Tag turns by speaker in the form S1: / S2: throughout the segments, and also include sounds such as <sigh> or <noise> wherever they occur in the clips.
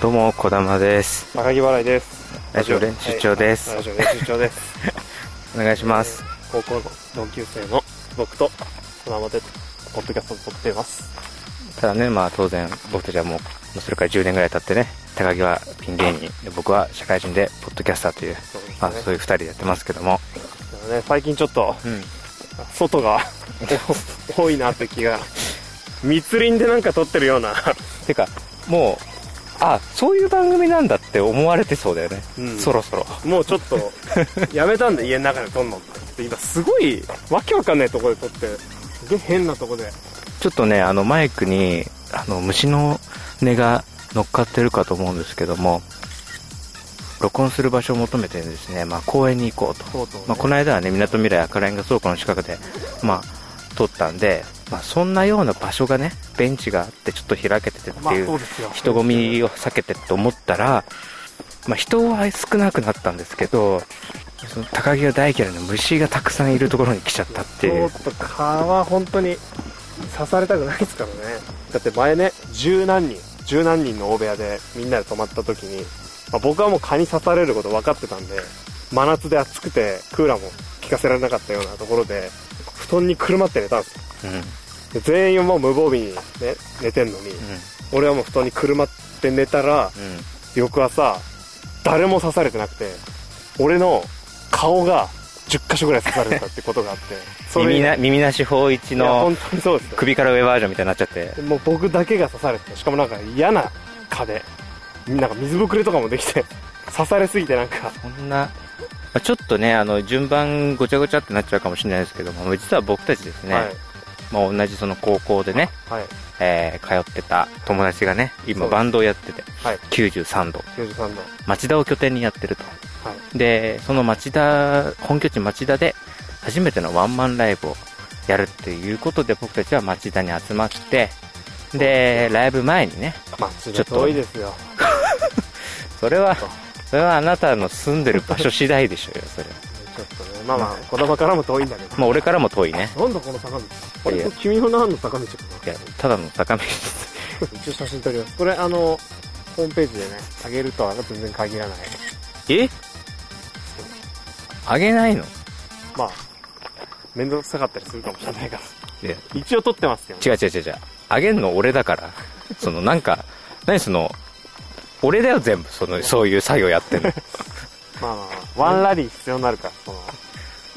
S1: どうも、こだまです。
S2: 赤木払いです。
S1: ラジオ練習長です
S2: はいラジオ練習長です。
S1: お願いします。
S2: 高校の同級生の僕と、このまで、ポッドキャストを撮っています。
S1: ただね、まあ当然、僕たちはもう、もうそれから10年ぐらい経ってね、高木はピン芸人、で僕は社会人で、ポッドキャスターという、
S2: そうですね
S1: まあそういう二人でやってますけども。
S2: だからね最近ちょっと、
S1: うん。
S2: 外 <laughs> が多いなって気が。密林でなんか撮ってるような。
S1: てか、もう、あ、そういう番組なんだって思われてそうだよね。
S2: うん
S1: そろそろ。
S2: もうちょっと、やめたんで家の中で撮んの。今すごい、わけわかんないとこで撮って、すげえ変なとこで。
S1: ちょっとね、あのマイクに、あの虫の音が乗っかってるかと思うんですけども、録音する場所を求めてですね、まあ公園に行こうと。
S2: とうとうね
S1: まあ、この間はね、港未来赤レンガ倉庫の近くで、まあ、撮ったんで、まあ、そんなような場所がね、ベンチがあってちょっと開けててって
S2: まあ
S1: い
S2: そう
S1: う、
S2: ですよ。
S1: 人混みを避けてって思ったら、まあ、人は少なくなったんですけど、その高木が大嫌いな虫がたくさんいるところに来ちゃったっていう。
S2: ちょっと蚊は本当に刺されたくないですからねだって前ね十何人十何人の大部屋でみんなで泊まった時に、まあ僕はもう蚊に刺されること分かってたんで真夏で暑くてクーラーも効かせられなかったようなところで布団にくるまって寝たんですよ
S1: うん。うん。
S2: で全員はもう無防備に、ね、寝てんのに、俺はもう布団にくるまって寝たら
S1: うん。
S2: 翌朝誰も刺されてなくて俺の顔が10箇所ぐらい刺されてたってことがあってそれ
S1: 耳な、耳なし法一
S2: いや
S1: の
S2: 本当にそうですよ
S1: 首から上バージョンみたいになっちゃって。
S2: もう僕だけが刺されてしかもなんか嫌な蚊でなんか水ぶくれとかもできて <laughs> 刺されすぎてなんか
S1: こんな、まあ、ちょっとね、あの、順番ごちゃごちゃってなっちゃうかもしれないですけども、実は僕たちですね、
S2: はい
S1: まあ、同じその高校でね、
S2: はい
S1: えー通ってた友達がね、
S2: そう
S1: 今
S2: です
S1: バンドをやってて、
S2: はい
S1: 93度、
S2: 93の
S1: 町田を拠点にやってると。
S2: は
S1: で、その町田、本拠地町田で、初めてのワンマンライブをやるっていうことで、僕たちは町田に集まって、で、ライブ前にね、
S2: まあ
S1: ちょ
S2: ちょ
S1: っ
S2: っ
S1: と
S2: と多いですよ
S1: それは
S2: そう、
S1: それはあなたの住んでる場所次第でしょうよ、それは。
S2: ちょっとねまあまあ子供からも遠いんだけど
S1: まあ、俺からも遠いね。
S2: なんだこの坂道あ
S1: いや
S2: れ君の何の坂道か
S1: いや、ただの坂道。
S2: な一応写真撮りますこれあのホームページでねあげるとは全然限らない
S1: えあげないの
S2: まあ面倒くさかったりするかもしれないから
S1: いや、
S2: 一応撮ってますよ
S1: 違う違う違う違う。あげんの俺だから。そのなんか、何その、俺だよ全部、その、そういう作業やってんの。
S2: まあまあまあワンラリー必要になるからその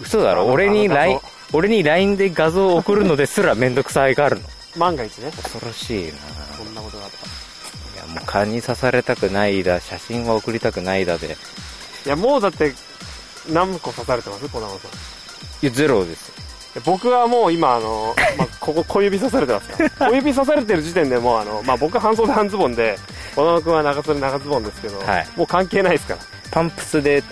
S1: 嘘だろ
S2: あ
S1: 俺に
S2: あの
S1: LINE
S2: 画像、
S1: 俺に LINE で画像を送るのですら <laughs> めんどくさいがあるの。
S2: 万が一ね
S1: 恐ろしいな
S2: こんなことがあった
S1: いや、もう蚊に刺されたくないだ、写真は送りたくないだで。
S2: いや、もうだって、何個刺されてます小玉さん。い
S1: いや、ゼロです。
S2: や僕はもう今、
S1: <laughs>
S2: あの、まあ、ここ小指刺されてますから。小指刺されてる時点でもう、あの、まあ、僕は半袖半ズボンで、小玉くんは長袖長ズボンですけど、
S1: はい
S2: もう関係ないですから。
S1: パンプスで、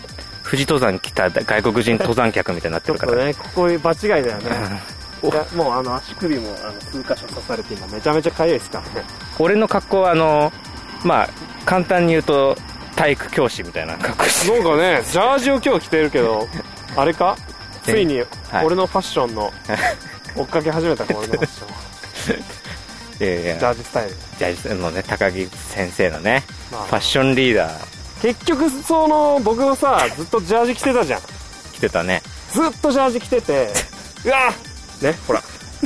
S1: 富士登山来た外国人登山客みたいになっ
S2: ち
S1: て
S2: ょっ
S1: るか
S2: と <laughs>
S1: ら。
S2: ね、ここ場違いだ
S1: <laughs>
S2: よね。いや、もうあの、足首も、あの、数箇所刺されて今、めちゃめちゃ痒いですか
S1: <laughs>
S2: らね。
S1: 俺の格好はあのまあ簡単に言うと体育教師みたいな格好して
S2: なんかね、ジャージを今日着てるけ
S1: <laughs>
S2: ど、あれかついに、
S1: い
S2: 俺のファッショ
S1: <laughs>
S2: ンの、追っかけ始めたか、俺のファッショ
S1: いやいや
S2: ン。
S1: じ
S2: ジ
S1: ゃ
S2: ャージスタイル。
S1: あのね高木先生のね
S2: まあ
S1: ファッションリーダー
S2: 結局その僕もさずっとジャージ着てたじゃん
S1: 来てたね
S2: ずっとジャージ着
S1: <laughs>
S2: ててうわねほら <laughs>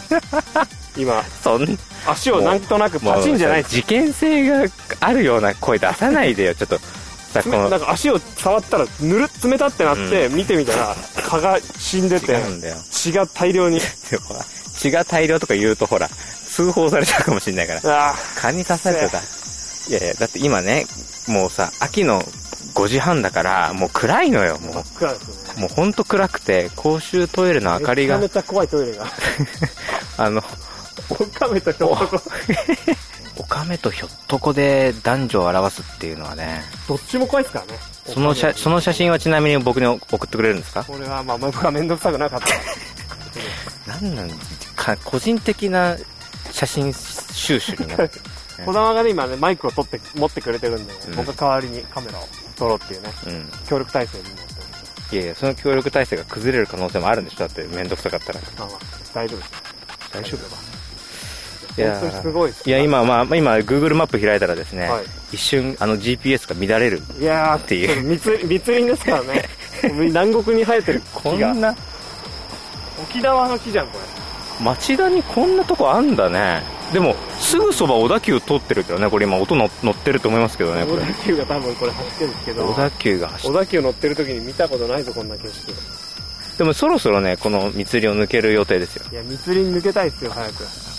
S2: 今
S1: そん
S2: 足をなんとなくパチンじゃない
S1: もう事件性があるような声出さないでよちょっとさこ
S2: な
S1: の
S2: んか足を触ったらぬるっ冷たってなって、見てみたら蚊が死んでて
S1: 違うんだよ
S2: 血が大
S1: <laughs>
S2: 量に
S1: ほら血が大量とか言うとほら通報されちゃうかもしれないから
S2: あ
S1: 蚊に刺されてたいやいやだって今ねもうさ秋の5時半だからもう暗いのよもう
S2: あ暗いですね
S1: もうほんと暗くて公衆トイレの明かりが
S2: めちゃめちゃ怖いトイレ
S1: <laughs>
S2: が
S1: あの
S2: おかめとひょっとこ
S1: おかめとひょっとこで男女を表すっていうのはね、
S2: どっちも怖いですからね
S1: その写その写真はちなみに僕に送ってくれるんですか
S2: これはまあ僕は面倒くさくなかった
S1: なんなんか個人的な写真収集になる。
S2: 児玉がね今ねマイクを取って持ってくれてるんで、
S1: うん
S2: 僕が代わりにカメラを撮ろうっていうね
S1: <laughs> うん。
S2: 協力体制になって
S1: いやいや、その協力体制が崩れる可能性もあるんでしょだってめんどくさかったら。
S2: まあまあ大丈夫です
S1: 大丈夫
S2: だ本当にすごい
S1: いや、今、まあ、今、Google マップ開いたらですね、
S2: はい
S1: 一瞬、あの、GPS が乱れる。
S2: いやー
S1: っていう
S2: ちょと密林密林ですから
S1: <laughs>
S2: ね南国に生えてる
S1: こ
S2: 木が
S1: んな、
S2: 沖縄の木じゃんこ
S1: 町田にこんなとこあんだね。でも、すぐそば小田急通ってるけどね、これ今、音の乗ってると思いますけどね、
S2: れ
S1: こ
S2: 小
S1: れ。
S2: 田急が多分これ走ってるんですけど
S1: 小田急が走っ
S2: 小田急乗ってる時に見たことないぞこんな景色
S1: でもそろそろね、この密林を抜ける予定ですよ。
S2: いや密林抜けたいっすよ早く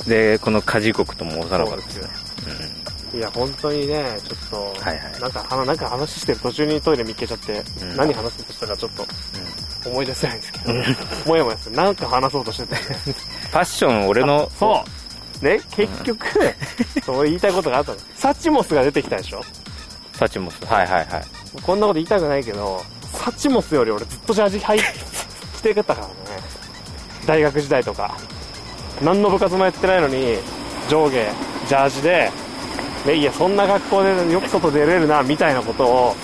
S1: で、この梶国とも幼かったです
S2: そう
S1: ね
S2: で。
S1: うん
S2: いや本当にねちょっと、
S1: はいはい
S2: なんかあのなんか話してる途中にトイレ見っけちゃって、
S1: うん
S2: 何話そうとしたかちょっと思い出せないんですけど、もやもやするなんか話そう
S1: <laughs>
S2: としてて
S1: ファッション、俺の、
S2: そうね結局、そう言いたいことがあったのサチモスが出てきたでしょ
S1: サチモス。はいはいはい。
S2: こんなこと言いたくないけど、サチモスより俺ずっとジャージ入って着てたからね。大学時代とか。何の部活もやってないのに、上下、ジャージで、ね、いや、そんな格好でよく外出れるな、みたいなことを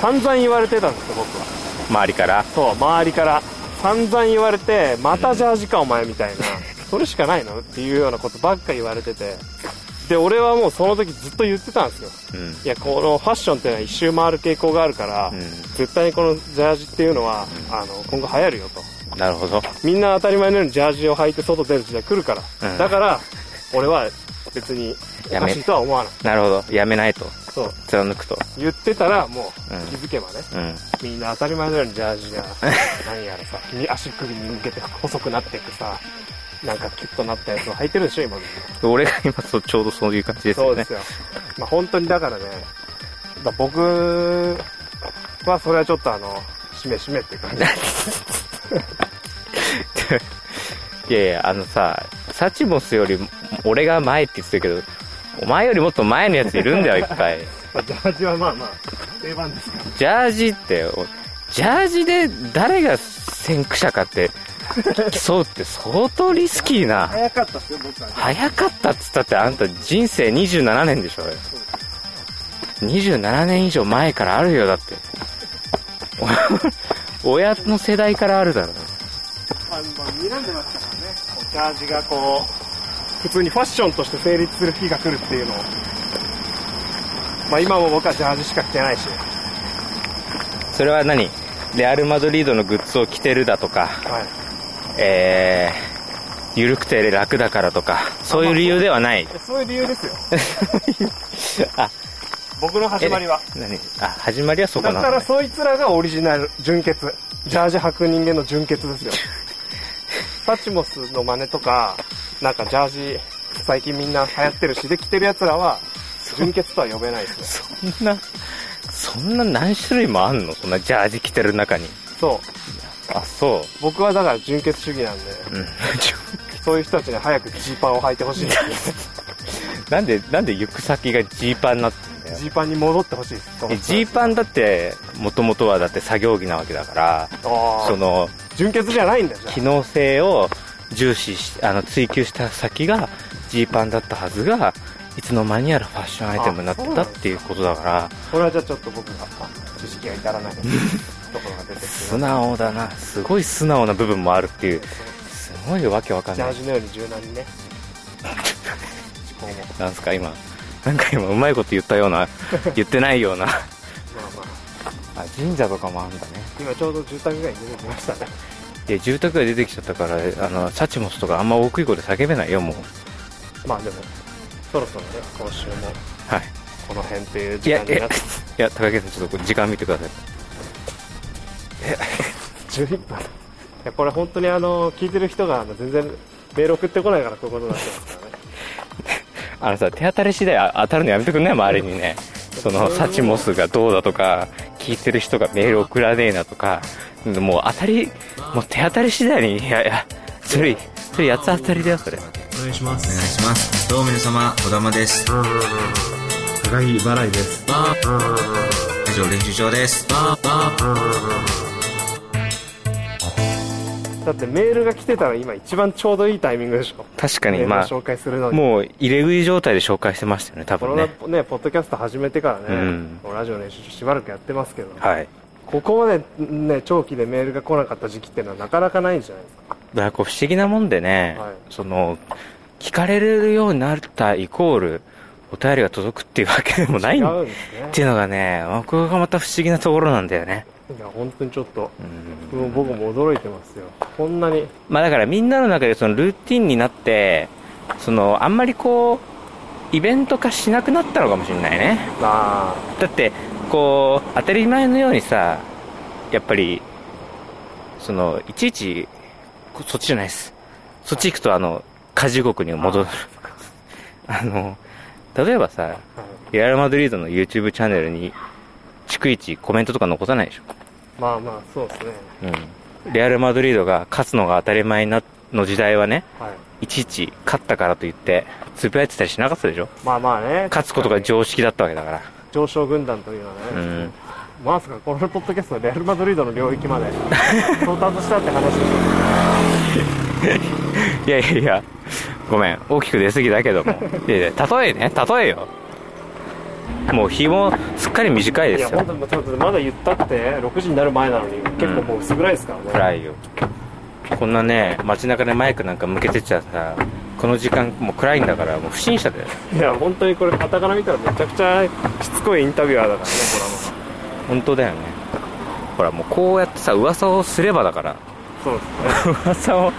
S2: 散々言われてたんですよ、僕は。
S1: 周りから。
S2: そう、周りから。散々言われて、またジャージか、お前、みたいな。それしかないのっていうようなことばっか言われてて。で、俺はもうその時ずっと言ってたんですよ。
S1: うん。うん。
S2: いや、このファッションっていうのは一周回る傾向があるから、絶対にこのジャージっていうのは、あの今後流行るよと
S1: なるほど。
S2: みんな当たり前のようにジャージを履いて外出る時代来るから、
S1: うん
S2: だから俺は別にお
S1: やめ
S2: かしいとは思わない
S1: なるほど。やめないと。
S2: そう
S1: 貫くと。
S2: 言ってたらも
S1: うん
S2: う気づけばね、
S1: うん。
S2: みんな当たり前のようにジャー
S1: <laughs>
S2: ジが何やらさに足首に向けて細くなっていくさなんかキュッとなったやつを履いてるでしょ今みんな
S1: 俺が今そう、ちょうどそういう感じです
S2: そ
S1: よ
S2: うで
S1: ね
S2: す。よ。まあ本当にだからね、だ僕はそれはちょっとあの、しめしめっていう
S1: <laughs>
S2: 感じ。
S1: いやいや、あのさ、サチモスよりも、俺が前って言ってるけど、お前よりもっと前のやついるん
S2: <laughs>
S1: だよ、いっぱい。
S2: まあジャージはまあまあ、定番ですから。
S1: ジャージって、おジャージで誰が先駆者かって、競うって相当リスキーな。
S2: 早かったっすよ、僕は。
S1: 早かったっつったってあんた人生27年でしょ27年以上前からあるよだって <laughs> お親の世代からあるだろ
S2: まあ、まあ、睨んでましたからね。こうジャージがこう、普通にファッションとして成立する日が来るっていうのを。まあ今も僕はジャージしか着てないし。
S1: それは何レアル・マドリードのグッズを着てるだとか
S2: はい。
S1: えー、緩くて楽だからとかそういう理由ではない
S2: そういう理由ですよ。
S1: あ
S2: 僕の始まりは。
S1: 何あ始まりはそこ
S2: だ
S1: な
S2: か
S1: の
S2: ら
S1: ね
S2: そいつらがオリジナル、純血。ジャージ履く人間の純血 <laughs> ですよ。サチモスの真似とか、なんかジャージ、最近みんな流行ってるし、で着てる奴らは、純血とは呼べないですね。
S1: そんなそんな何種類もあんのそんなジャージ着てる中に
S2: そう。
S1: あそ
S2: 僕はだから純血主義なんで、
S1: ううん <laughs>
S2: そういう人たちに早くジーパンを履いてほしい <laughs> ですね。
S1: なんで、なんで行く先がジーパンになってんだよ。
S2: ジーパンに戻ってほしいです。
S1: えジーパンだって、もともとはだって作業着なわけだから、
S2: あ
S1: そ
S2: ー
S1: の、
S2: 純血じゃないんだじゃ
S1: 機能性を重視し、あの、追求した先が、ジーパンだったはずが、いつの間にやらファッションアイテムになってたっていうことだから、
S2: あ。これはじゃあちょっと僕が、知識が至ら <laughs> ないところが出てきて。
S1: 素直だな。すごい素直な部分もあるっていう、すごいわけわかん
S2: ジ
S1: な
S2: ャー
S1: <laughs> い。
S2: ジのように柔軟にね。思考も。
S1: なんすか今、なんか今うまいこと言ったような、言ってない <laughs> ような。
S2: まあま
S1: あ、
S2: あ、
S1: 神社とかもあるんだね。
S2: 今ちょうど住宅街に出てきましたね。
S1: で住宅が出てきちゃったからあのサチモスとかあんま大きい声で叫べないよもう
S2: <laughs> まあでも、そろそろね、今週も
S1: はい
S2: この辺っていう
S1: い
S2: 時
S1: や
S2: 間
S1: い
S2: に
S1: や
S2: なって、
S1: いや高木さんちょっとこれ時間見てください
S2: 11分。いや、これ本当にあの、聞いてる人があの全然メール送ってこないからこういうことになってますからね。
S1: あのさ手当たり次第あ当たるのやめてくんね周りにねそのサチモスがどうだとか聞いてる人がメール送らねえなとかもう当たりもう手当たり次第にいやいやそれそれ八つ当たりだよそれ
S3: お願いしますお願いしますどうも皆様小玉です高木払いです以上練習場です
S2: だってメールが来てたら今一番ちょうどいいタイミングでしょ。
S1: 確か
S2: メー
S1: に
S2: ルの
S1: ま
S2: 紹介するの
S1: あ
S2: に。
S1: もう入れ食い状態で紹介してましたよね多
S2: こ
S1: 分
S2: の
S1: ね
S2: ね、ポッドキャスト始めてからね、
S1: うん
S2: ラジオの練習しばらくやってますけど、
S1: はい
S2: ここまでね、長期でメールが来なかった時期っていうのはなかなかないんじゃないですか。
S1: だからこう不思議なもんでね、
S2: はい
S1: その聞かれるようになったイコール、お便りが届くっていうわけでもない
S2: 違
S1: ん
S2: う
S1: っ
S2: んですね
S1: ていうのがね、僕がまた不思議なところなんだよね。
S2: いや本当にちょっと
S1: うん
S2: もう僕も驚いてますよこんなに
S1: まあだからみんなの中でそのルーティンになって、そのあんまりこう、イベント化しなくなったのかもしれないね。
S2: あ
S1: だって、こう、当たり前のようにさ、やっぱり、その、いちいち、こそっちじゃないです。そっち行くとあの、火事国に戻る。 <laughs> あの、例えばさ、
S2: あ、はい
S1: レアル・マドリードの YouTube チャンネルに、逐一コメントとか残さないでしょ。
S2: まあまあそうですね
S1: うん。レアル・マドリードが勝つのが当たり前な、の時代はね、
S2: はい
S1: いちいち勝ったからといって、つぶやいてたりしなかったでしょ
S2: まあまあね
S1: 勝つことが常識だったわけだから。
S2: 上昇軍団というのはね、
S1: うん。
S2: まさかこのポッドキャストでレアル・マドリードの領域まで <laughs> 到達したって話でし
S1: いやいやいや、ごめん、大きく出すぎだけども。いやいや、例えね、例えよ。もう日もすっかり短い
S2: ょ
S1: で
S2: いや
S1: すよ
S2: 本。当にちょっとまだ言ったって6時になる前なのに結構もう薄暗いですからね、
S1: 暗いよ。こんなね、街中でマイクなんか向けてっちゃさ、この時間もう暗いんだから、もう不審者だよ。
S2: いや本当にこれ傍から見たらめちゃくちゃしつこいインタビュアーだからね
S1: 本当だよね。ほら、もうこうやってさ、噂をすればだから。
S2: このままそうですね
S1: 噂を、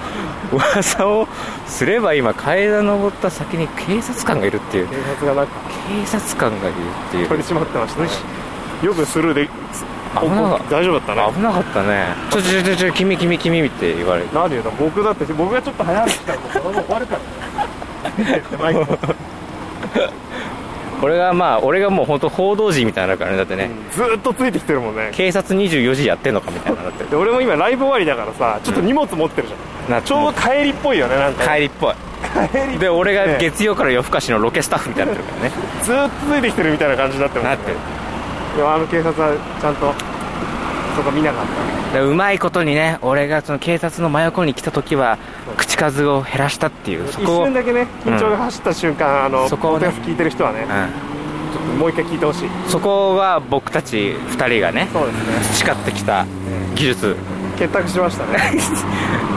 S1: 噂をすれば今、階段登った先に警察官がいるっていう。
S2: 警察がなんか
S1: 警察官がいるっていう。
S2: 取り締まってましたねよくスルーで
S1: 危なかった
S2: 大丈夫だったな
S1: 危なかったねちょちょちょちょ君君君って言われる
S2: 何言うの僕だって僕がちょっと早歩きしたらもうそのまま終わるからね
S1: 俺がまあ俺がもう本当報道陣みたいになるからねだってね、
S2: <laughs> ずーっとついてきてるもんね
S1: 警察24時やってんのかみたいなだって
S2: で俺も今ライブ終わりだからさちょっと荷物持ってるじゃん、
S1: な
S2: ちょうど帰りっぽいよねなんか
S1: 帰りっぽ
S2: 帰り
S1: いで俺が
S2: ね
S1: 月曜から夜更かしのロケスタッフみたいになってるからね
S2: ずーっとついてきてるみたいな感じになってま
S1: な
S2: す
S1: っ
S2: ね
S1: てるだ
S2: でもあの警察はちゃんとそこ見なかった
S1: からうまいことにね俺がその警察の真横に来た時は口数を減らしたっていうそ
S2: 一
S1: こを、う
S2: 瞬
S1: ん、
S2: だけね緊張が走った瞬間、あの
S1: そこをね
S2: ポッドキャスト聞いてる人はねちょっともう一回聞いてほしい
S1: そこは僕たち2人がね
S2: そうですね
S1: 培ってきた技
S2: <laughs>
S1: 術
S2: 結託しましたね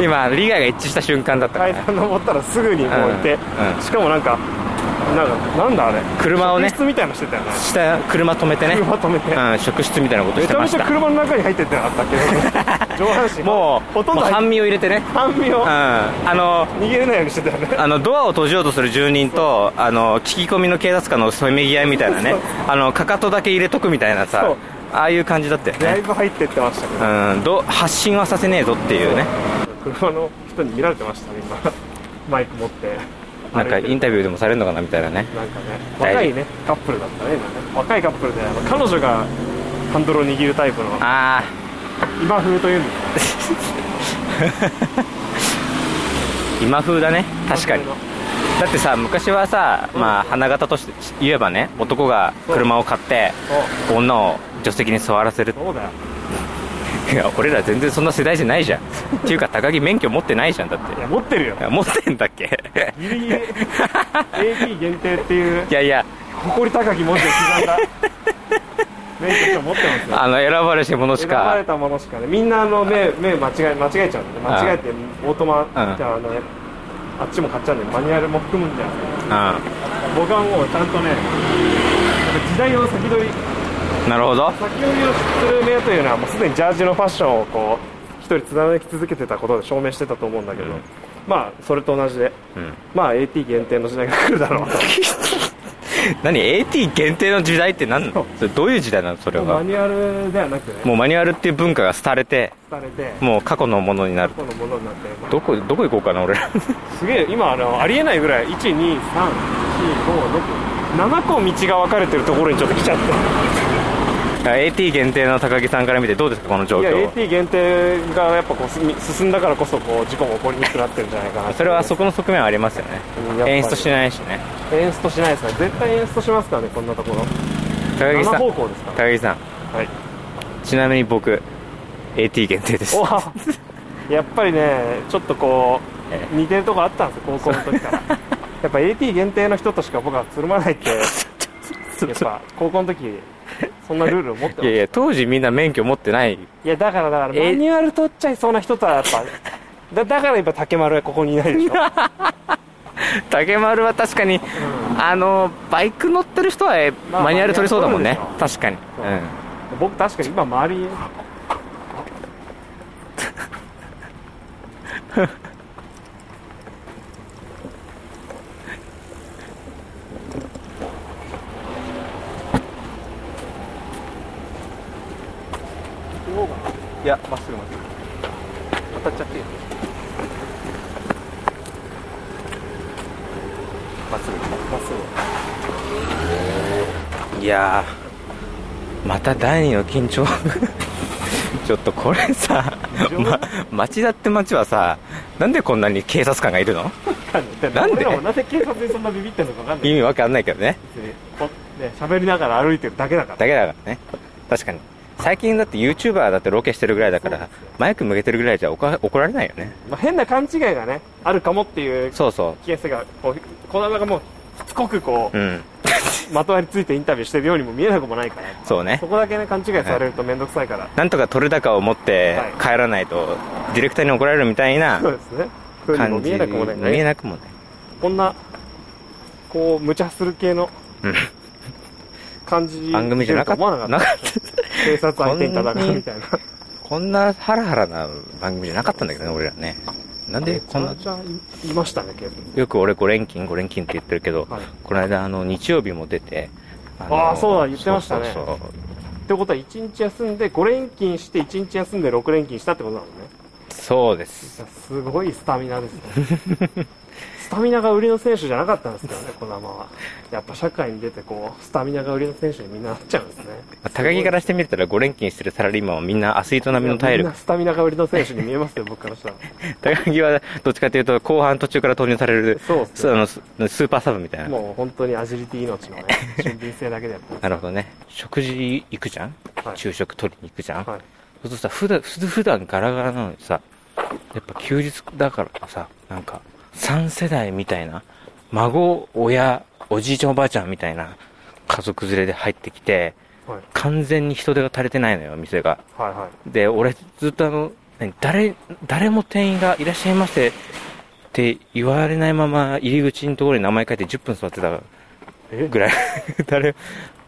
S1: 今利害が一致した瞬間だったから、
S2: 階
S1: ね、
S2: 段登ったらすぐにもういて、
S1: うんうん
S2: しかもなんかなんかなんだあれ
S1: 車をね
S2: 職質みたいなのしてたよね
S1: 下車止めてね
S2: 車止めて、
S1: うん、職質みたいなこと
S2: め
S1: して
S2: ちゃ
S1: ま
S2: め
S1: し
S2: ちゃ
S1: た
S2: 車の中に入ってってなかった
S1: <laughs>
S2: っけ上半身
S1: もう
S2: ほとんど
S1: もう
S2: 入っ
S1: 半身を入れてね
S2: 半身
S1: う
S2: を
S1: んあの
S2: 逃げれないようにしてたよね
S1: あのドアを閉じようとする住人とあの聞き込みの警察官のせめぎ合いみたいなね
S2: そう
S1: あのかかとだけ入れとくみたいな
S2: そ
S1: さ
S2: う
S1: ああいう感じだったよ
S2: だい
S1: ね
S2: ぶ入ってってましたけど
S1: うんど発信はさせねえぞっていうね
S2: 車の人に見られてましたね今マイク持って
S1: なんか
S2: 歩いて
S1: インタビューでもされるのかなみたいなね
S2: なんかね
S1: 大丈夫
S2: 若いねカップルだったね今ね若いカップルであの彼女がハンドルを握るタイプの
S1: ああ
S2: 今風というんですか
S1: 今風だね確かに
S2: 今風の
S1: だってさ昔はさ、まあ、
S2: うん
S1: 花形として言えばね男が車を買って女を助手席に座らせる
S2: そうそうだよ
S1: いや俺ら全然そんな世代じゃないじゃんっていうか高木免許持ってないじゃんだっ
S2: い
S1: て
S2: や持ってるよ
S1: いや持ってんだっけ
S2: ギリ
S1: <laughs>
S2: ギリ AP 限定っていう
S1: いやいや
S2: 誇り高き文字を刻んだ免許証持ってますよ
S1: あの選ばれし者し
S2: 選ばれ
S1: か
S2: たものしかねみんなあの目目間違え間違えちゃうんで間違えてオートマ
S1: ん
S2: じゃああのあっちも買っちゃうんでマニュアルも含むんじゃないですか
S1: う
S2: 僕はもうちゃんとねなんか時代を先取り
S1: んなるほど
S2: 先読みをする目というのはもうすでにジャージのファッションをこう一人貫き続けてたことで証明してたと思うんだけど、
S1: うん
S2: まあそれと同じで、
S1: うん
S2: まあ AT 限定の時代が来るだろうと
S1: <laughs> 何 AT 限定の時代って何なのそれどういう時代なのそれ
S2: マ
S1: は
S2: ニュアルではなくね
S1: もうマニュアルっていう文化が廃れて
S2: 廃れて
S1: もう過去のものになる
S2: このものになって、まあ
S1: どこどこ行こうかな俺
S2: <laughs>
S1: ら
S2: すげえ今あのありえないぐらい123456 7個道が分かれてるところにちょっと来ちゃって
S1: AT 限定の高木さんから見てどうですかこの状
S2: いや
S1: 況
S2: AT 限定がやっぱこうす進んだからこそこう事故も起こりにくくなってるんじゃないかなって
S1: それはそこの側面はありますよね
S2: うんやっぱり
S1: 演出しないしね
S2: エンストしないですから絶対エンストしますからねこんなところ
S1: 高木さ
S2: 7
S1: ん
S2: 方向ですから
S1: 高木さん
S2: はい
S1: ちなみに僕 AT 限定です
S2: おは <laughs> やっぱりねちょっとこ
S1: え
S2: う似てるとこあったんですよ高校の時から
S1: <laughs>
S2: やっぱ AT 限定の人としか僕はつるまないって
S1: <laughs>
S2: やっぱ高校の時そんなルールを持ってま
S1: いや
S2: した
S1: いや当時みんな免許持ってない
S2: いやだからだからマニ
S1: え
S2: ュアル取っちゃいそうな人とはやっぱだだからやっぱ竹丸はここにいないでしょ
S1: 竹丸は確かに、あのバイク乗ってる人はえ
S2: まあ
S1: マニュアル取れそうだもんね
S2: マニュア
S1: 確かにう
S2: そう
S1: うん
S2: 僕確かに今周りに
S4: いやまっすぐまっすぐ当たっちゃっていいよまっすぐ
S1: いやーまた第二の緊張 <laughs> ちょっとこれさ、ま、町田って町はさなんでこんなに警察官がいるのなんで
S2: 俺らもなぜ警察にそんなビビってんのか分かんない
S1: 意味わかんないけどね
S2: 別にこね喋りながら歩いてるだけだから
S1: だけだからね確かに最近だって YouTuber だってロケしてるぐらいだか
S2: そう
S1: ら
S2: ですよ
S1: マイク向けてるぐらいじゃおか怒られないよね
S2: まあ、変な勘違いがねあるかもっていう
S1: そうそ
S2: ケースがこうこの間がもうしつこくこ
S1: ううん
S2: うまとわりついてインタビューしてるようにも見えなくもないから
S1: そうね
S2: そこだけね勘違いされると面倒くさいから、
S1: なんとか取れ高を持って
S2: は
S1: 帰
S2: い
S1: らないとディレクターに怒られるみたいな
S2: そうですねそういうのも
S1: 感
S2: 見
S1: じ
S2: え
S1: に
S2: なくもない
S1: 見えなくもない
S2: こんなこう無茶する系の
S1: うん
S2: 感じ
S1: 番組じゃなかっ
S2: 出ると思わ
S1: た
S2: な
S1: な
S2: か
S1: か
S2: っ
S1: った
S2: 警察相手に戦うみたいな
S1: こんなハラハラな番組じゃなかったんだけどね、俺らね。なんでこんな
S2: <laughs> め、ちゃめちゃいいましたね警察
S1: よく俺5連勤、5連勤って言ってるけど、
S2: はい
S1: この間あの日曜日も出て、あ
S2: あーそうだ言ってましたね
S1: そうそうそう
S2: ってことは1日休んで5連勤して1日休んで6連勤したってことなのね
S1: そうです。
S2: いやすごいスタミナですね <laughs> スタミナが売りの選手じゃなかったんですけどね児玉はやっぱ社会に出てこうスタミナが売りの選手にみんななっちゃうんですね
S1: まあ高木からしてみたら5連勤してるサラリーマンはみんなアスリート並みの体
S2: みん
S1: 力
S2: な。スタミナが売りの選手に見えますよ僕からしたら
S1: 高木はどっちかというと後半途中から投入される、
S2: そうっす
S1: そう
S2: ね
S1: あのススーパーサブみたいな。
S2: もう本当にアジリティ命のね俊敏性だけでやって
S1: なるほどね。食事行くじゃん、
S2: はい
S1: 昼食取りに行くじゃん、
S2: はい
S1: そうするとさ、普段、普普段ガラガラなのにさ、やっぱ休日だからさ、なんか、三世代みたいな、孫、親、おじいちゃんおばあちゃんみたいな家族連れで入ってきて、
S2: はい
S1: 完全に人手が足りてないのよ、店が。
S2: はいはい
S1: で、俺ずっとあの、何誰、誰も店員がいらっしゃいませって言われないまま入り口のところに名前書いて10分座ってた
S2: え
S1: ぐらい、 <laughs> 誰、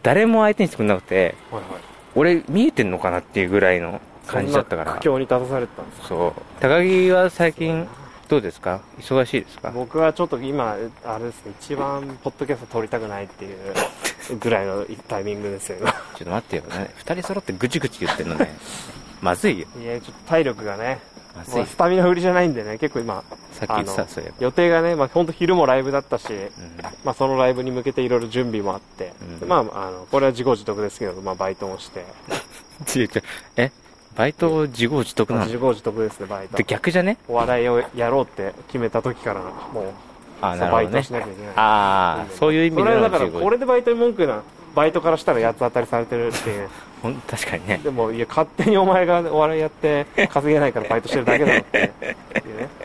S1: 誰も相手にしてくれなくて、
S2: はいはい
S1: 俺見えてんのかなっていうぐらいの感じだったか
S2: そんな
S1: ら
S2: 苦。境に立たされてたんです
S1: そう。高木は最近、どうですか忙しいですか
S2: 僕はちょっと今あれですね一番ポッドキャスト撮りたくないっていうぐらいのタイミングですよ今
S1: ちょっと待ってよ、ね。二人揃ってぐちぐち言ってんの
S2: <laughs>
S1: ね。まずいよ。
S2: いやちょっと体力がね
S1: まずい
S2: も
S1: よ
S2: う。スタミナ振りじゃないんでね結構今
S1: さっき言って
S2: あ
S1: た、
S2: の
S1: そういえば。
S2: 予定がね、まあ、本当昼もライブだったし、
S1: うん
S2: まあ、そのライブに向けていろいろ準備もあって、
S1: うん
S2: まあ、あのこれは自業自得ですけど、まあ、バイトもして、
S1: 違う違う。えバイト自業自得なの
S2: 自業自得ですねバイト
S1: で逆じゃね
S2: お笑いをやろうって決めた時からのもう
S1: あーな
S2: そう
S1: るほ
S2: バイ
S1: ど
S2: ト
S1: ね
S2: し。なきゃいけない
S1: ああ、そういう意味
S2: そ
S1: で
S2: れ
S1: の
S2: はだから
S1: 自業
S2: これでバイトに文句言うならバイトからしたら八つ当たりされてるっていう
S1: ほん確かにね。
S2: でもいや勝手にお前がお笑いやって稼げないからバイトしてるだけだろっていうね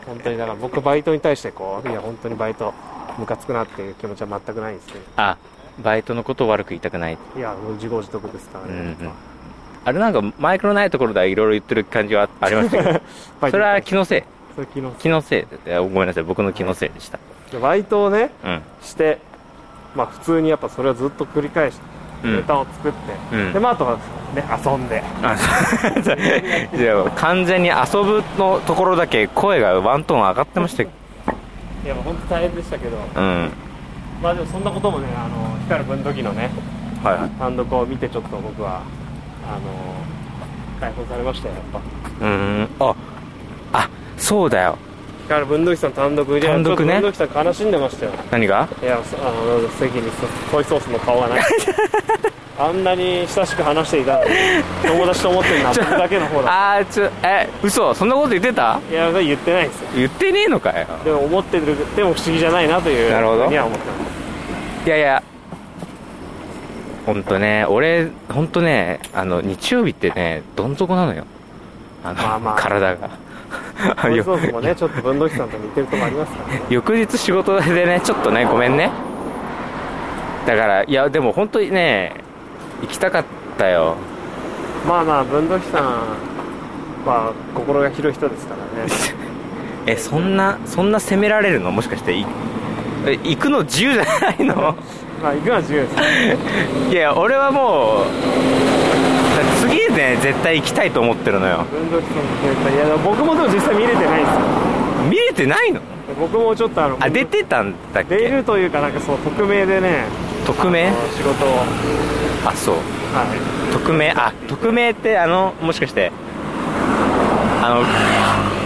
S2: 本当にだから僕バイトに対してこういや本当にバイトムカつくなっていう気持ちは全くないんですけど
S1: あ、バイトのことを悪く言いたくない。
S2: いやもう自業自得ですから
S1: うんう
S2: ね、
S1: ん。あれなんかマイクのないところではいろいろ言ってる感じはありました
S2: <laughs>
S1: けど、
S2: バイ
S1: そ
S2: ト
S1: れ
S2: に
S1: は
S2: 対して
S1: 気のせい。
S2: それ昨日
S1: 気のせいでいやごめんなさい、僕の気のせいでした。
S2: でバイトをね
S1: うん。
S2: してまあ普通にやっぱそれをずっと繰り返して
S1: うん
S2: ネタを作って、
S1: うん
S2: でまああとはね遊んで
S1: あそう <laughs> じゃあ完全に遊ぶのところだけ声がワントーン上がってましたよ
S2: いや本当大変でしたけど
S1: うんはい
S2: まあでもそんなこともねあの光る分時のね
S1: は
S2: 単独を見てちょっと僕はあの解放されましたよやっぱ
S1: いうーんああそうだよ
S2: 光文土器さん単独で
S1: 単独ね
S2: ちょっと文土器さん悲しんでましたよ
S1: 何が
S2: いやそあの席にそソイソースの顔が
S1: <laughs>
S2: ないあんなに親しく話していたのに友達と思ってるの
S1: <laughs>
S2: は僕だけの方だ
S1: あーちょえ嘘そんなこと言ってた
S2: いやそれ言ってないんですよ
S1: 言ってねえのかよ
S2: でも思ってるでも不思議じゃないなという
S1: なるほど
S2: ふうには思ってます
S1: いやいやほんとね俺ほんとねあの日曜日ってねどん底なのよあの、
S2: まあまあ
S1: 体が
S2: ソイ
S1: よ
S2: ソース
S1: <laughs>
S2: もねちょっと文土器さんと似てるとこありますからね
S1: 翌日仕事でねちょっとねごめんねだからいやでも本当にね行きたかったよ
S2: まあまあ文土器さんは心
S1: <laughs>
S2: が広い人ですからね
S1: えそんなそんな責められるのもしかしていえ行くの自由じゃないの <laughs>
S2: まあ行くのは自由です
S1: いや俺はもう次ね絶対行きたいと思ってるのよ
S2: 運動機いやでも僕もでも実際見れてないんですよ
S1: 見れてないの
S2: 僕もちょっとあの
S1: あ出てたんだっ
S2: 出
S1: け
S2: るというかなんかそう匿名でね
S1: 匿名
S2: 仕事を
S1: あそう
S2: は
S1: 匿名あ匿名ってあのもしかしてあの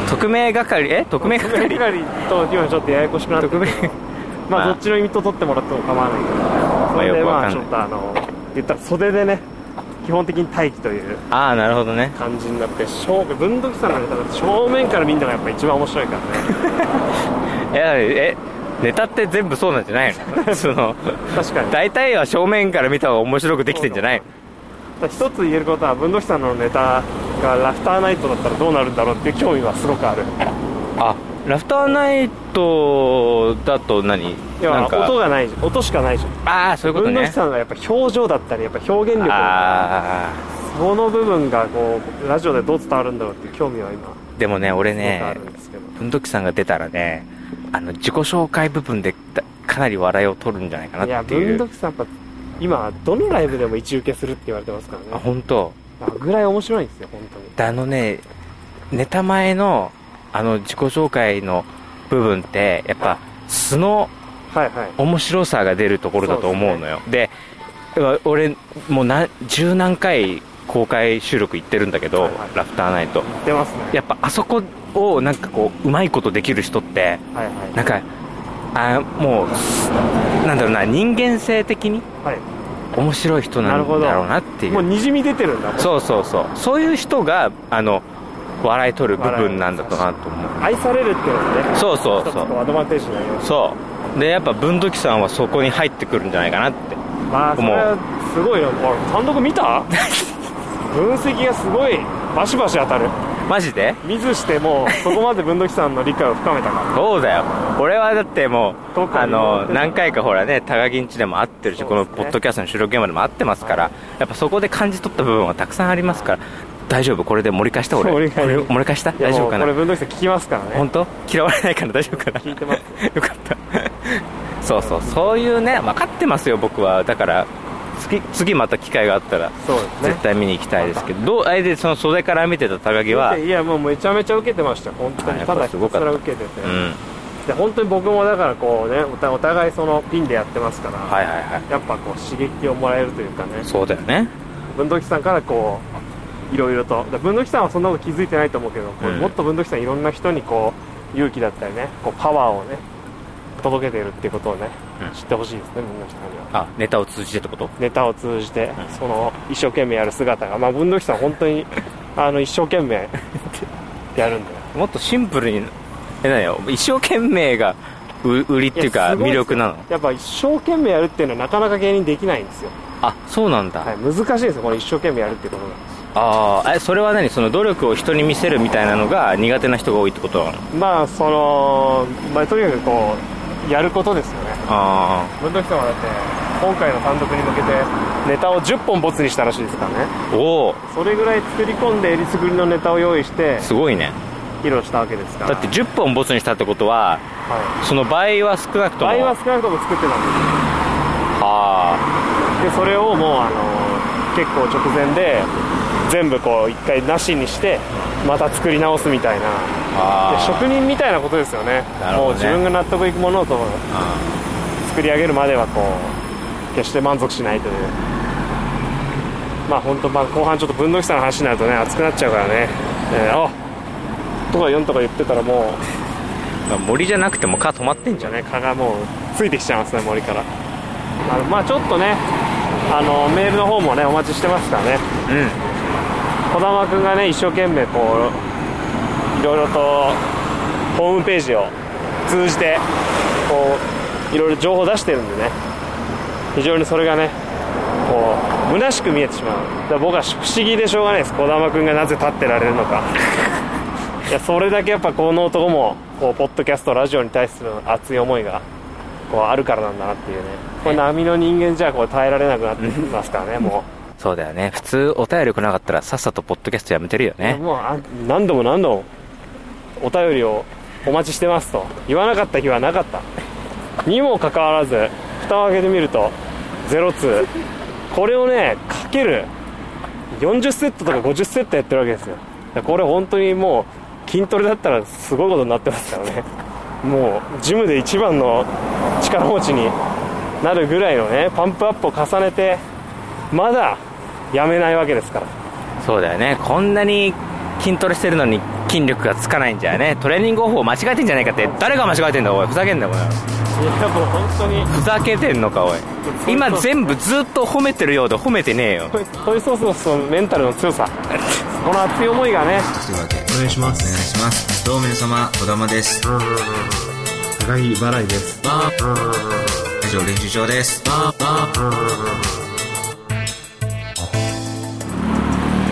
S1: 匿名係え匿名
S2: いメ
S1: 係
S2: ガリと今ちょっとややこしくなって
S1: 匿名
S2: ま
S1: ま
S2: あ
S1: あ
S2: どっちの意味と取ってもらっても構わないけどそ
S1: あ
S2: れ
S1: よ
S2: で
S1: くわ
S2: ま
S1: か
S2: あ
S1: ん
S2: ち
S1: ない
S2: ょっとあの言ったら袖でね基本的に待機という
S1: ああなるほどね
S2: 感じになって正面文土器さんのネタだと正面から見るのがやっぱ一番面白いからね
S1: ええネタって全部そうなんじゃないの <laughs> その
S2: 確かに
S1: 大体は正面から見た方が面白くできてんじゃないの
S2: 一つ言えることは文土器さんのネタがラフターナイトだったらどうなるんだろうっていう興味はすごくある
S1: あラフターナイトだと何
S2: 要は
S1: なんか
S2: 音がないじゃん音しかないじゃん
S1: ああそういうこと
S2: 文土器
S1: ね
S2: さんがやっぱ表情だったりやっぱ表現力だった
S1: あ
S2: りその部分がこうラジオでどう伝わるんだろうっていう興味は今す
S1: あでもね俺
S2: ごくあ
S1: ね
S2: るんですけど、
S1: 文土器さんが出たらねあの自己紹介部分でだかなり笑いを取るんじゃないか
S2: い
S1: な
S2: や
S1: ってい
S2: 文
S1: う
S2: 土器さんやっぱ今どのライブでも一受けするって言われてますからね
S1: あ本当
S2: あぐらい面白いんですよ本当に
S1: であのねネタ前のあの自己紹介の部分ってやっぱ素の
S2: はいはい
S1: 面白さが出るところだと思うのよで,、俺もう何十何回公開収録行ってるんだけど、
S2: はいはい
S1: ラフターナイト
S2: 出ますね
S1: やっぱあそこをなんかこううまいことできる人って
S2: はいはい
S1: なんかあもうすなんだろうな人間性的に
S2: はい
S1: 面白い人
S2: な
S1: な
S2: るほ
S1: ん
S2: ど
S1: だろうなっていう
S2: もうにじみ出てるんだもん
S1: そうそうそうそういう人があの笑い取る部分なんだとなと思う
S2: 愛されるっていうのがね
S1: そうそう
S2: 一つ
S1: そ
S2: こ
S1: う
S2: うアドバンテージになります
S1: そうでやっぱ文土器さんはそこに入ってくるんじゃないかなって
S2: まあそれはすごいよあ単独
S1: <laughs>
S2: 見た分析がすごいバシバシ当たる
S1: マジで
S2: 見ずしてもそこまで文土器さんの理解を深めたか
S1: そうだよ俺はだってもう
S2: どこに
S1: あの
S2: どこに
S1: 何回かほらね高木んちでも会ってるし、
S2: そう
S1: こ
S2: です
S1: の
S2: ね
S1: ポッドキャストの収録現場でも会ってますから、やっぱそこで感じ取った部分はたくさんありますから大丈夫これで盛り返した俺
S2: そう盛り返し
S1: これ盛り返した
S2: らい
S1: <laughs>
S2: や
S1: 大丈夫か
S2: もうこれ
S1: な
S2: 文土器さん聞きますからね
S1: 本当嫌われないから大丈夫かな
S2: 聞いてます
S1: よかったそうそうそういうね分かってますよ僕はだから次次また機会があったら
S2: そうですね
S1: 絶対見に行きたいですけど、どうあれでその袖から見てた高木はい
S2: やもうめちゃめちゃ受けてましたよ本当
S1: あ
S2: に
S1: やったぱ
S2: だひ
S1: す
S2: た
S1: ご
S2: す
S1: かった
S2: ら受けてて、
S1: うん
S2: で本当に僕もだからこうねお互お互いそのピンでやってますから、
S1: はいはいはい
S2: やっぱこう刺激をもらえるというかね
S1: そうだよね
S2: 文土器さんからこういろいろとだから文土器さんはそんなこと気づいてないと思うけど、こう
S1: うん
S2: もっと文土器さんいろんな人にこう勇気だったりねこうパワーをね届けているっていうことをね、
S1: うん
S2: 知ってほしいですね文土器さんには
S1: あネタを通じてってこと
S2: ネタを通じて、その一生懸命やる姿がまあ文土器さん本当にあの一生懸命やるんだよ
S1: もっとシンプルにえ何よ一生懸命がう売りっていうか
S2: やすごい
S1: 魅
S2: っす
S1: 力な
S2: よ
S1: の
S2: やっぱ一生懸命やるっていうのはなかなか芸人できないんですよ、
S1: あそうなんだ、
S2: はい、難しいですよこの一生懸命やるっていうことが
S1: ああえそれは何その努力を人に見せるみたいなのが苦手な人が多いってことなの
S2: まあその、まあ、とにかくこうやることですよね
S1: あ
S2: 文土器さんはだって今回の単独に向けてネタを10本ボツにしたらしいですからね
S1: あおお
S2: それぐらい作り込んでえりすぐりのネタを用意して
S1: すごいね
S2: 披露したわけですから
S1: だって10本ボツにしたってことは
S2: は
S1: その倍は少なく
S2: い、
S1: とも
S2: 倍は少なくとも作ってたん
S1: あ
S2: ですでそれをもうあの結構直前で全部こう一回なしにしてまた作り直すみたいな
S1: ー
S2: で
S1: あ
S2: 職人みたいなことですよね
S1: なるほ
S2: もう
S1: どね
S2: 自分が納得いくものをと
S1: あ
S2: 作り上げるまではこう決して満足しないというまあ本当まあ後半ちょっと文土器さんの話になるとね熱くなっちゃうからね、えー、あとか4とか言ってたらもう
S1: うん森じゃなくても蚊止まってんじ
S2: じ
S1: ゃ
S2: ゃ
S1: ん
S2: ね蚊がもうついてきちゃいますね森からあのまあちょっとねあのメールの方もねお待ちしてますからね
S1: うん
S2: 児玉君がね一生懸命こういろいろとホームページを通じてこういろいろ情報を出してるんでね非常にそれがねこう虚しく見えてしまうだから僕は不思議でしょうがないです児玉君がなぜ立ってられるのかいやそれだけやっぱこの男もこうポッドキャストラジオに対する熱い思いがこうあるからなんだなっていうねこれ波の人間じゃこう耐えられなくなってきますからねもう。
S1: そうだよね普通お便り来なかったらさっさとポッドキャストやめてるよね
S2: もうあ何度も何度もお便りをお待ちしてますと言わなかった日はなかったにもかかわらず蓋を開けてみると02これをねかける40セットとか50セットやってるわけですよだからこれ本当にもう筋トレだったらすごいことになってますからねもうジムで一番の力持ちになるぐらいのねパンプアップを重ねてまだやめないわけですから
S1: そうだよねこんなに筋トレしてるのに筋力がつかないんじゃねトレーニング方法間違えてんじゃないかって誰が間違えてんだおいふざけんなよお前
S2: いやもう本当に
S1: ふざけてんのかおい今全部ずっと褒めてるようで褒めてねえよ
S2: トイソースのメンタルの強 <laughs> さこの熱い思いがね
S3: というわけでお願いしますお願いしますどうも皆様児玉です高木払いです以上練習場です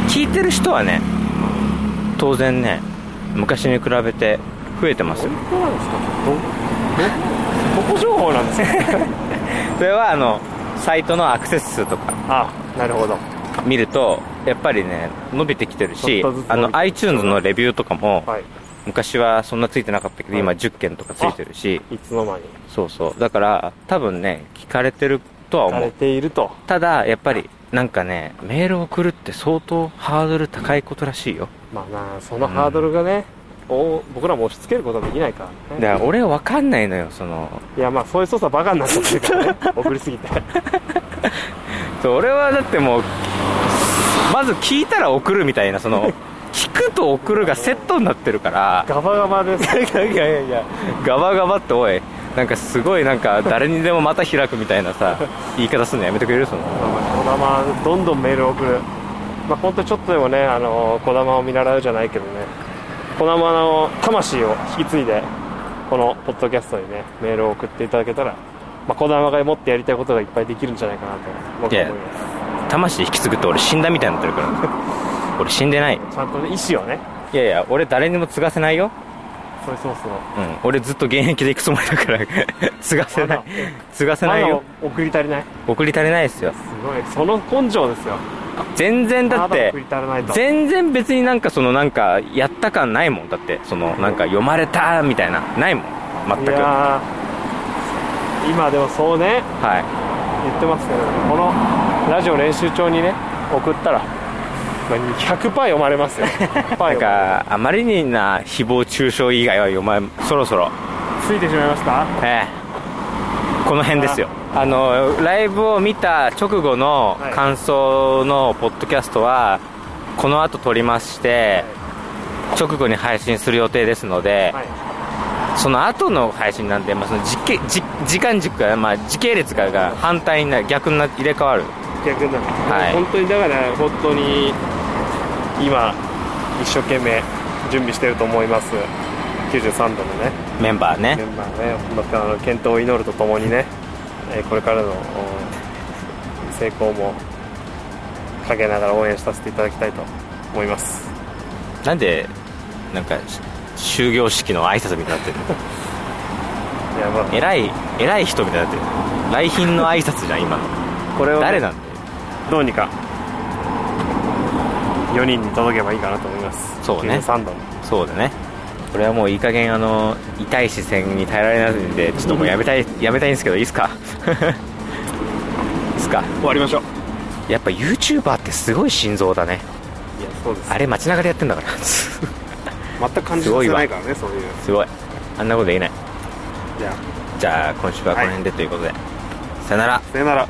S1: 聞いてる人はね当然ね昔に比べて増えてますよ
S2: そうなんですかどどこ情報なんですか
S1: それはあのサイトのアクセス数とか
S2: <laughs> あなるほど
S1: 見るとやっぱりね伸びてきてるし
S2: ちょっとずつ
S1: あ
S2: 伸びて
S1: の iTunes のレビューとかも、
S2: はい
S1: 昔はそんなついてなかったけど、
S2: はい
S1: 今10件とかついてるし
S2: いつの間に
S1: そうそうだから多分ね聞かれてるとは
S2: さ
S1: 思
S2: れ
S1: う
S2: ていると
S1: ただやっぱりなんかねメールを送るって相当ハードル高いことらしいよ
S2: まあなそのハードルがね、お僕らも押し付けることはできないから
S1: だ
S2: ね
S1: から俺は分かんないのよその
S2: いやまあそういう操作バカになっちゃってるから <laughs> ね送りすぎて
S1: そう俺はだってもうまず聞いたら送るみたいなそ <laughs> の聞くと送るがセットになってるから
S2: ガバガバです
S1: いやいやいやガバガバっておいなんかすごいなんか誰にでもまた開くみたいなさ言い方するのやめてくれるその
S2: こだまどんどんメールを送るまあ本当ちょっとでもねあのこだまを見習うじゃないけどねこだまの魂を引き継いでこのポッドキャストにねメールを送っていただけたらまあ、こだまが持ってやりたいことがいっぱいできるんじゃないかなと僕は思います
S1: 魂引き継ぐって俺死んだみたいになってるから俺死んでない
S2: ちゃんとね意思をね
S1: いやいや俺誰にも継がせないよ、
S2: それそうそう
S1: うん、俺ずっと現役で行くつもりだから <laughs> 継がせない
S2: まだ
S1: 継がせ
S2: ま
S1: ない
S2: だ
S1: よ
S2: 送り足りない
S1: 送り足りないですよ
S2: すごいその根性ですよ
S1: 全然だっ
S2: まだ
S1: て
S2: 送り足りないと
S1: 全然別になんかそのなんかやった感ないもんだってそのなんか読まれたみたいなないもん全
S2: い
S1: くは
S2: やー今でもそう
S1: い
S2: ね言ってますけど、このラジオ練習帳にね送ったら、まあ、100%読まれます <laughs> よ100%
S1: なん
S2: 読まれる
S1: かあまりにな誹謗中傷以外は読まそろそろ
S2: ついてしまいました
S1: ええこの辺ですよあのライブを見た直後の
S2: はい
S1: 感想のポッドキャストはこの後撮りまして直後に配信する予定ですので、
S2: はい
S1: その後の配信なんで、まあ、その時系時時間軸が、まあ、時系列がが反対になる逆にな入れ替わる
S2: 逆になる、
S1: はい
S2: 本当にだから本当に今一生懸命準備してると思います93度のね
S1: メンバー
S2: メ
S1: ね
S2: ンバーね、まあ、あの健闘を祈るとともにね、えーこれからのお成功も陰ながら応援させていただきたいと思います
S1: なんでなんかし終業式の <laughs> 挨拶みたいになってる
S2: いやま
S1: 偉い偉い人みたいになってる来賓の挨拶じゃん今の
S2: あこれをね
S1: 誰なんだよ
S2: どうにか4人に届けばいいかなと思います
S1: そうね
S2: 93度に
S1: そうだねこれはもういい加減あの痛い視線に耐えられないんでちょっともうやめたいやめたいんですけどいいっすか <laughs> いいっすか
S2: 終わりましょう
S1: やっぱ YouTuber ってすごい心臓だね
S2: いやそうです
S1: あれ街中でやってんだからす
S2: 全く感じさせないからねそういう
S1: ごいあんなことできない
S2: じゃ
S1: じゃあ今週はこの辺でということで、さよなら
S2: あさよなら